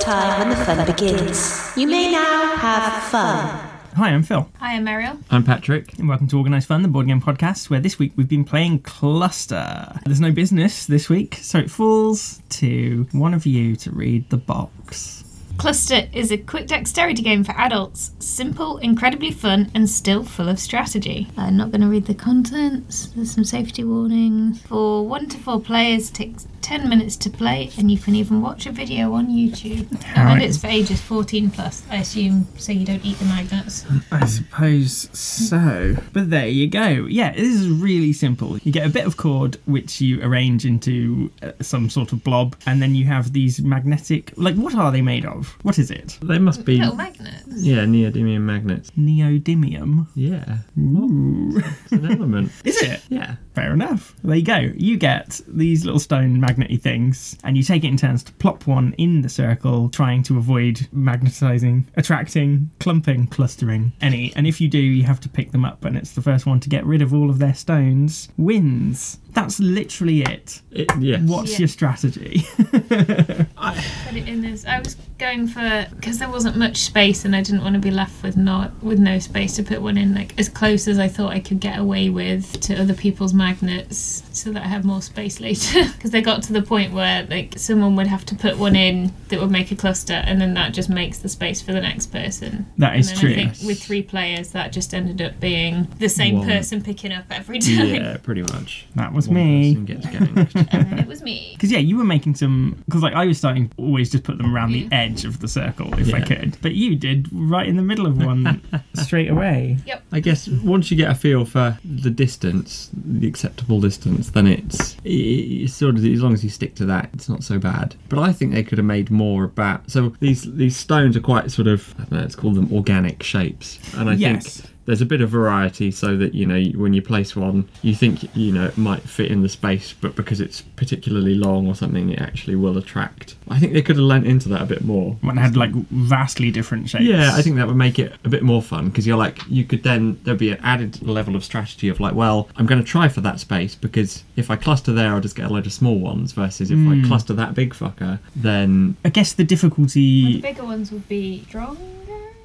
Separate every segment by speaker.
Speaker 1: time when the fun begins. You may now have fun.
Speaker 2: Hi, I'm Phil,
Speaker 3: Hi, I'm Mariel.
Speaker 4: I'm Patrick.
Speaker 2: and welcome to Organised Fun, the board game podcast, where this week we've been playing Cluster. There's no business this week, so it falls to one of you to read the box.
Speaker 3: Cluster is a quick dexterity game for adults. Simple, incredibly fun, and still full of strategy. I'm not going to read the contents. There's some safety warnings. For one to four players, takes 10 minutes to play, and you can even watch a video on YouTube.
Speaker 2: Alright.
Speaker 3: And it's for ages 14 plus, I assume, so you don't eat the magnets.
Speaker 2: I suppose so. But there you go. Yeah, this is really simple. You get a bit of cord, which you arrange into uh, some sort of blob, and then you have these magnetic. Like, what are they made of? What is it?
Speaker 4: They must be
Speaker 3: Little magnets.
Speaker 4: yeah neodymium magnets.
Speaker 2: Neodymium.
Speaker 4: Yeah,
Speaker 2: Ooh.
Speaker 4: it's an element.
Speaker 2: Is it?
Speaker 4: Yeah,
Speaker 2: Fair enough. There you go. You get these little stone magnety things, and you take it in turns to plop one in the circle, trying to avoid magnetizing, attracting, clumping, clustering any. And if you do, you have to pick them up, and it's the first one to get rid of all of their stones wins. That's literally it.
Speaker 4: it, yes.
Speaker 2: What's
Speaker 3: Yeah.
Speaker 2: your strategy?
Speaker 3: Put it in this. I was going for because there wasn't much space, and I didn't want to be left with not with no space to put one in, like as close as I thought I could get away with to other people's magnets, so that I have more space later. Because they got to the point where like someone would have to put one in that would make a cluster, and then that just makes the space for the next person.
Speaker 2: that is
Speaker 3: and then
Speaker 2: true.
Speaker 3: I think with three players, that just ended up being the same
Speaker 4: One.
Speaker 3: person picking up every time,
Speaker 4: Yeah, pretty much.
Speaker 2: That was
Speaker 4: One
Speaker 2: me.
Speaker 4: person gets ganked.
Speaker 3: and then it was me.
Speaker 2: Because yeah, you were making some. Because like I was starting to always just put them around the edge of the circle if I
Speaker 4: Yeah.
Speaker 2: could, but you did right in the middle of one straight away.
Speaker 4: I guess once you get a feel for the distance, the acceptable distance, then it's, i it's sort of as long as you stick to that, it's not so bad. But I think they could have made more about. So these these stones are quite sort of I don't know. Let's call them organic shapes, and I
Speaker 2: Yes.
Speaker 4: think. There's a bit of variety so that you know when you place one, you think you know it might fit in the space, but because it's particularly long or something, it actually will attract. I think they could have lent into that a bit more.
Speaker 2: when it had like vastly different shapes.
Speaker 4: Yeah, I think that would make it a bit more fun because you're like, you could then, there'd be an added level of strategy of like, well, I'm going to try for that space because if I cluster there, I'll just get a load of small ones versus if
Speaker 2: Hmm.
Speaker 4: I cluster that big fucker, then,
Speaker 2: I guess the
Speaker 3: The
Speaker 2: difficulty.
Speaker 3: bigger ones would be stronger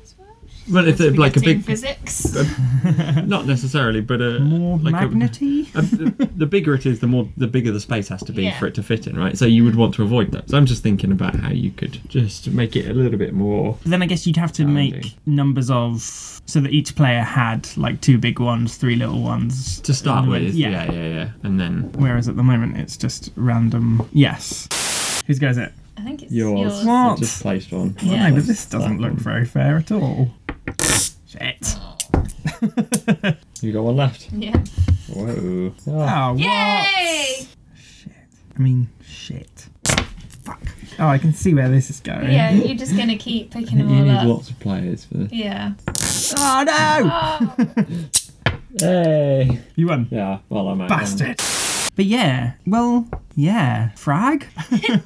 Speaker 3: as well.
Speaker 4: well, if
Speaker 3: We're
Speaker 4: they're like a
Speaker 3: forgetting
Speaker 4: big,
Speaker 3: physics.
Speaker 4: not necessarily, but a.
Speaker 2: More
Speaker 4: like a-
Speaker 2: magnety.
Speaker 4: a- the the bigger it is, the more the bigger the space has to be
Speaker 3: Yeah.
Speaker 4: for it to fit in, right? So you would want to avoid that. So I'm just thinking about how you could just make it a little bit more.
Speaker 2: But then I guess you'd have to make
Speaker 4: Challenging.
Speaker 2: numbers of so that each player had like two big ones, three little ones
Speaker 4: To start
Speaker 2: Um,
Speaker 4: with,
Speaker 2: yeah.
Speaker 4: yeah, yeah, yeah, yeah. and then
Speaker 2: Whereas at the moment it's just random. Yes. Whose goes it?
Speaker 3: I think it's
Speaker 4: yours.
Speaker 3: yours.
Speaker 2: What?
Speaker 4: I just placed one.
Speaker 2: Yeah,
Speaker 3: Yeah.
Speaker 2: no, but this doesn't look very fair at all. Shit.
Speaker 4: You got one left.
Speaker 3: Yeah.
Speaker 4: Whoa.
Speaker 2: Oh,
Speaker 3: Yay!
Speaker 2: what? I mean, shit. Fuck. Oh, I can see where this is going.
Speaker 3: Yeah, you're just gonna keep picking them
Speaker 4: You
Speaker 3: all
Speaker 4: need
Speaker 3: up.
Speaker 4: lots of players for this.
Speaker 3: Yeah.
Speaker 2: Oh no!
Speaker 3: Oh,
Speaker 4: Hey!
Speaker 2: You won.
Speaker 4: Yeah, well, I might.
Speaker 2: Bastard. Um, But yeah, well, yeah. Frag?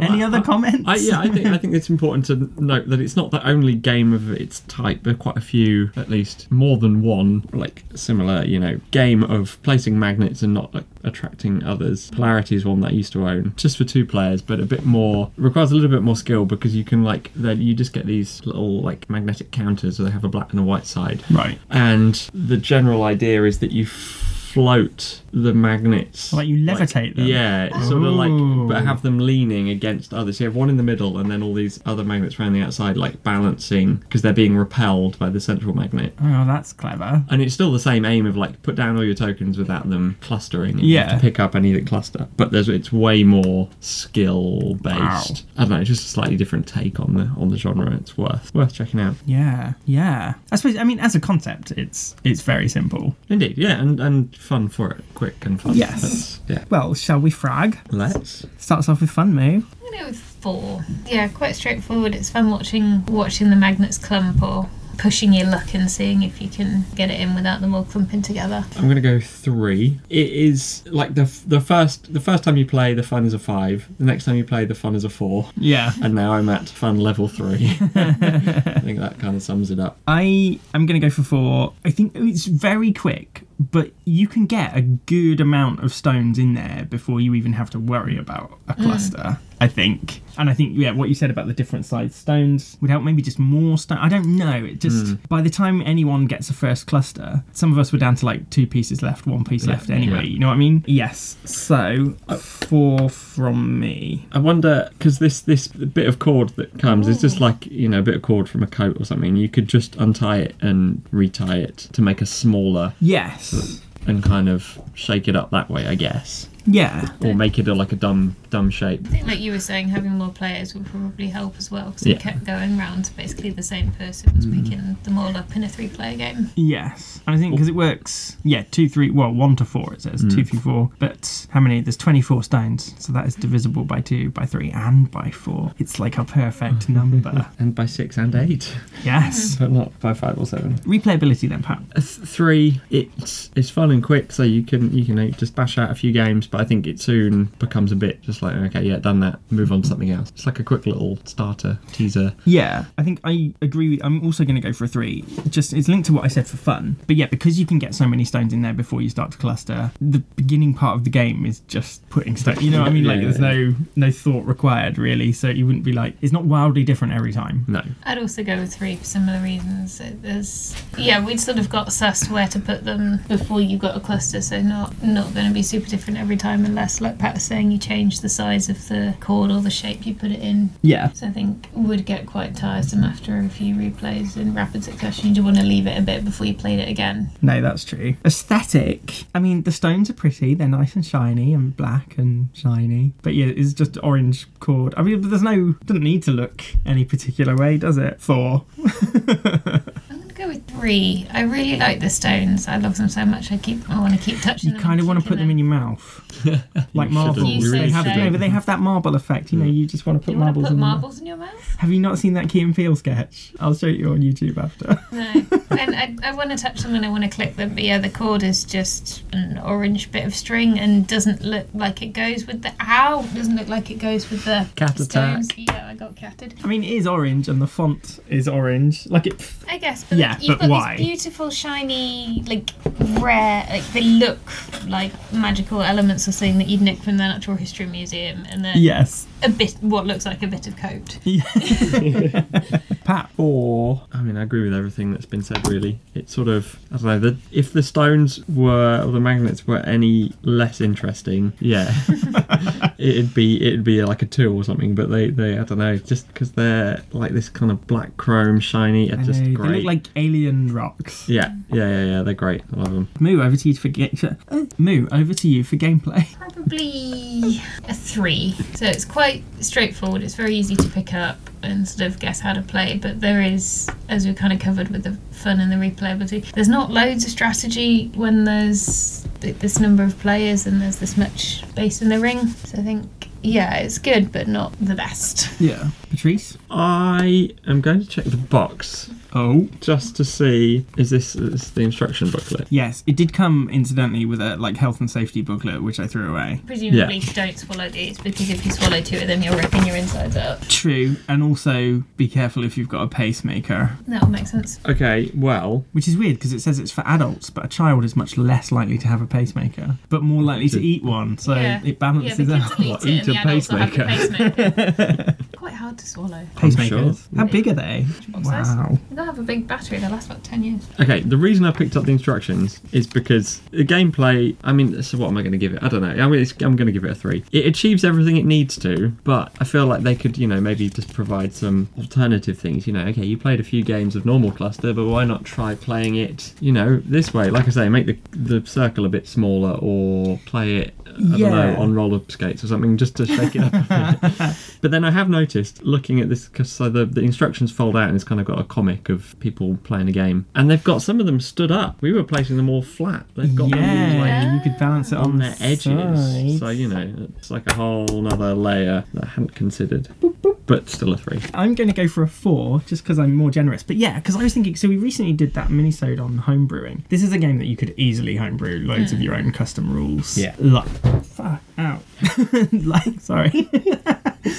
Speaker 2: Any other comments?
Speaker 4: I, yeah, I think I think it's important to note that it's not the only game of its type. There are quite a few, at least more than one, like similar, you know, game of placing magnets and not like, attracting others. Polarity is one that I used to own, just for two players, but a bit more requires a little bit more skill because you can like then you just get these little like magnetic counters, so they have a black and a white side,
Speaker 2: Right.
Speaker 4: and the general idea is that you float the magnets
Speaker 2: Oh, Like you levitate them. Oh.
Speaker 4: yeah it's sort of like
Speaker 2: Ooh.
Speaker 4: but have them leaning against others so you have one in the middle and then all these other magnets around the outside like balancing because they're being repelled by the central magnet
Speaker 2: Oh, that's clever.
Speaker 4: and it's still the same aim of like put down all your tokens without them clustering. And you have
Speaker 2: Yeah.
Speaker 4: to pick up any that cluster, but there's it's way more skill based.
Speaker 2: Wow.
Speaker 4: I don't know, it's just a slightly different take on the on the genre. It's worth worth checking out.
Speaker 2: Yeah, yeah. I suppose I mean as a concept, it's it's very simple.
Speaker 4: Indeed, yeah, and, and fun for it, quick and fun.
Speaker 2: Yes.
Speaker 4: That's- yeah.
Speaker 2: Well, shall we frag?
Speaker 4: Let's.
Speaker 2: Starts off with fun move.
Speaker 3: I'm gonna go with four. Yeah, quite straightforward. It's fun watching watching the magnets clump or pushing your luck and seeing if you can get it in without them all clumping together.
Speaker 4: I'm gonna go three. It is like the f- the first the first time you play, the fun is a five. The next time you play, the fun is a four.
Speaker 2: Yeah.
Speaker 4: And now I'm at fun level three. I think that kind of sums it up.
Speaker 2: I am gonna go for four. I think it's very quick. but you can get a good amount of stones in there before you even have to worry about a cluster. I think, and I think, yeah, what you said about the different sized stones would help. Maybe just more stone. I don't know. It just by the time anyone gets a first cluster, some of us were down to like two pieces left, one piece left anyway. You know what I mean? Yes. So uh, four from me.
Speaker 4: I wonder because this this bit of cord that comes is
Speaker 2: Oh.
Speaker 4: just like you know a bit of cord from a coat or something. You could just untie it and retie it to make a smaller
Speaker 2: Yes.
Speaker 4: and kind of shake it up that way, I guess,
Speaker 2: Yeah.
Speaker 4: or make it a, like a dumb dumb shape.
Speaker 3: I think, like you were saying, having more players would probably help as well because
Speaker 4: Yeah. Mm.
Speaker 3: we kept going round to basically the same person was picking them all up in a three player game.
Speaker 2: Yes, and I think because it works, yeah, two, three, well, one to four. It says two, three, four. But how many? There's twenty-four stones, so that is divisible by two, by three, and by four. It's like a perfect number.
Speaker 4: And by six and eight,
Speaker 2: yes.
Speaker 4: but not by five or seven.
Speaker 2: Replayability then, Pat.
Speaker 4: A th- Three, it's it's fun and quick, so you can you can uh, just bash out a few games. But I think it soon becomes a bit just like okay, yeah, done that, move on to something else. It's like a quick little starter teaser.
Speaker 2: Yeah, I think I agree. With, I'm also going to go for a three. Just it's linked to what I said for fun, but yeah, because you can get so many stones in there before you start to cluster. The beginning part of the game is just putting stones. You know what I mean? Like
Speaker 4: Yeah.
Speaker 2: there's no no thought required really, so you wouldn't be like it's not wildly different every time.
Speaker 4: No,
Speaker 3: I'd also go with three for similar reasons. It- There's, yeah, we'd sort of got sussed where to put them before you got a cluster, so not not going to be super different every time, unless, like Pat was saying, you change the size of the cord or the shape you put it in.
Speaker 2: Yeah,
Speaker 3: So I think would get quite tiresome after a few replays in rapid succession. You'd want to leave it a bit before you played it again.
Speaker 2: No, that's true. Aesthetic. I mean, the stones are pretty. They're nice and shiny and black and shiny. But yeah, it's just orange cord. I mean, but there's no doesn't need to look any particular way, does it? Thor.
Speaker 3: I'm gonna go with three. I really like the stones. I love them so much. I keep. I want to keep touching
Speaker 2: You
Speaker 3: them.
Speaker 2: kind of want to
Speaker 3: to
Speaker 2: put them in your mouth, like
Speaker 4: You shouldn't.
Speaker 2: marbles.
Speaker 3: You
Speaker 2: they
Speaker 3: said
Speaker 2: have,
Speaker 3: so.
Speaker 2: no, but they have that marble effect. You know, you just want to put
Speaker 3: You want
Speaker 2: marbles
Speaker 3: to put
Speaker 2: in. your mouth.
Speaker 3: marbles in your mouth?
Speaker 2: Have you not seen that Key and Peele sketch? I'll show you on YouTube after.
Speaker 3: No. and I, I want to touch them and I want to click them. But yeah, the cord is just an orange bit of string and doesn't look like it goes with the ow. Doesn't look like it goes with the
Speaker 4: Cat attack.
Speaker 3: stones. Yeah, I got catted.
Speaker 2: I mean, it is orange, and the font is orange. Like it.
Speaker 3: I guess, but
Speaker 2: Yeah,
Speaker 3: like, you've
Speaker 2: but
Speaker 3: got
Speaker 2: why?
Speaker 3: these beautiful, shiny, like rare, like they look like magical elements of something that you'd nick from the Natural History Museum, and then
Speaker 2: Yes.
Speaker 3: a bit what looks like a bit of coat.
Speaker 2: Pat.
Speaker 4: Or, I mean, I agree with everything that's been said. Really, it's sort of I don't know. The, if the stones were or the magnets were any less interesting, yeah, it'd be it'd be like a two or something. But they, they I don't know, just because they're like this kind of black chrome, shiny,
Speaker 2: I
Speaker 4: it's just
Speaker 2: know,
Speaker 4: great.
Speaker 2: They look like alien rocks.
Speaker 4: yeah, yeah, yeah, yeah. They're great. I love them.
Speaker 2: Moo, over to you for ga- for- uh, Moo, over to you for gameplay.
Speaker 3: Probably a three. So it's quite straightforward. It's very easy to pick up and sort of guess how to play. But there is, as we kind of covered with the fun and the replayability, there's not loads of strategy when there's th- this number of players and there's this much space in the ring. So I think, yeah, it's good, but not the best.
Speaker 2: Yeah. Patrice.
Speaker 4: I am going to check the box
Speaker 2: Oh.
Speaker 4: just to see is this, is this the instruction booklet?
Speaker 2: Yes, it did come incidentally with a like health and safety booklet, which I threw away.
Speaker 3: Presumably,
Speaker 4: Yeah.
Speaker 3: don't swallow these because if you swallow two of them, you're ripping your insides out.
Speaker 2: True, and also be careful if you've got a pacemaker,
Speaker 3: That'll make sense.
Speaker 4: Okay, well,
Speaker 2: which is weird because it says it's for adults, but a child is much less likely to have a pacemaker, but more likely to eat one, so
Speaker 3: Yeah.
Speaker 2: it
Speaker 3: Yeah,
Speaker 2: balances
Speaker 3: the kids
Speaker 2: out.
Speaker 3: will eat it
Speaker 4: Eat
Speaker 3: and the
Speaker 4: a
Speaker 3: adults will have the
Speaker 4: pacemaker.
Speaker 3: pacemaker. Quite hard to swallow.
Speaker 2: Pacemakers. How big are they?
Speaker 3: What size?
Speaker 2: Wow.
Speaker 3: They have a big battery. They last about ten years.
Speaker 4: Okay, the reason I picked up the instructions is because the gameplay. I mean, so what am I going to give it? I don't know. I mean, it's, I'm going to give it a three. It achieves everything it needs to, but I feel like they could, you know, maybe just provide some alternative things. You know, okay, you played a few games of normal cluster, but why not try playing it, you know, this way? Like I say, make the the circle a bit smaller, or play it. I don't
Speaker 2: Yeah.
Speaker 4: know, on roller skates or something, just to shake it up. But then I have noticed, looking at this, because so the, the instructions fold out and it's kind of got a comic of people playing a game. And they've got some of them stood up. We were placing them all flat. They've got them all, like,
Speaker 2: Yeah, you could balance it on,
Speaker 4: on their edges.
Speaker 2: sides.
Speaker 4: So, you know, it's like a whole other layer that I hadn't considered. But still a three.
Speaker 2: I'm going to go for a four just because I'm more generous. But yeah, because I was thinking, so we recently did that minisode on homebrewing. This is a game that you could easily homebrew loads of your own custom rules.
Speaker 4: Yeah.
Speaker 2: Like, fuck out. like, sorry.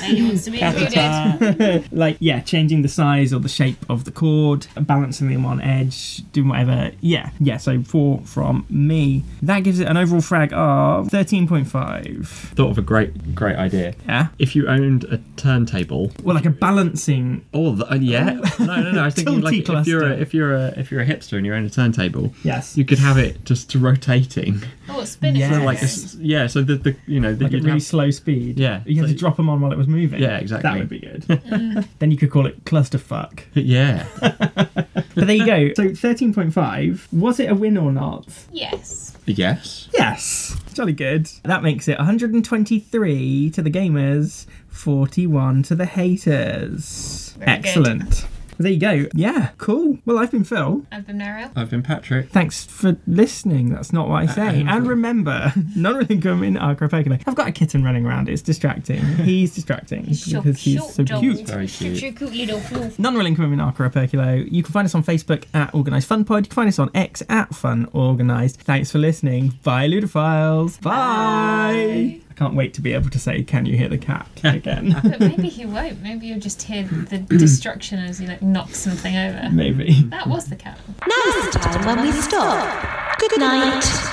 Speaker 3: Anyone wants to be included.
Speaker 2: like yeah, changing the size or the shape of the cord, balancing them on edge, doing whatever. Yeah, yeah. So four from me. That gives it an overall frag of thirteen point five.
Speaker 4: Thought of a great, great idea.
Speaker 2: Yeah.
Speaker 4: If you owned a turntable,
Speaker 2: Well, like a balancing.
Speaker 4: or the, uh, yeah, no, no, no. I was thinking like
Speaker 2: Tilty
Speaker 4: if you're a,
Speaker 2: Oh. cluster.
Speaker 4: if you're a if you're a hipster and you own a turntable,
Speaker 2: Yes.
Speaker 4: you could have it just rotating.
Speaker 3: Oh, spinning.
Speaker 2: Yeah.
Speaker 4: So like,
Speaker 2: Yes.
Speaker 4: s- yeah. So the, the you know the,
Speaker 2: like at
Speaker 4: you'd
Speaker 2: really
Speaker 4: have-
Speaker 2: slow speed.
Speaker 4: Yeah.
Speaker 2: You had
Speaker 4: So-
Speaker 2: to drop them on while it was moving.
Speaker 4: Yeah, exactly.
Speaker 2: That would be good. then you could call it clusterfuck.
Speaker 4: yeah.
Speaker 2: But there you go. So 13.5. Was it a win or not?
Speaker 3: Yes.
Speaker 4: yes.
Speaker 2: Yes. Jolly good. That makes it 123 to the gamers, 41 to the haters.
Speaker 3: Very good.
Speaker 2: Excellent. There you go. Yeah, cool. Well, I've been Phil.
Speaker 3: I've been Meryl.
Speaker 4: I've been Patrick.
Speaker 2: Thanks for listening. That's not what I say. and remember, none of them come in our crepecula. I've got a kitten running around. It's distracting. He's distracting
Speaker 3: Short,
Speaker 2: because he's
Speaker 3: short
Speaker 2: so
Speaker 3: dog.
Speaker 2: cute.
Speaker 4: Very cute.
Speaker 3: Short, cute little floof.
Speaker 2: Non-real income in Arca Operculo. You can find us on Facebook at Organised Fun Pod. You can find us on X at Fun Organised. Thanks for listening. Bye, Ludophiles. Bye. I can't wait to be able to say, "Can you hear the cat?" again.
Speaker 3: But maybe he won't. Maybe you'll just hear the destruction as he like knocks something over.
Speaker 2: Maybe.
Speaker 3: That was the cat.
Speaker 1: Now's the time when we stop. Good night.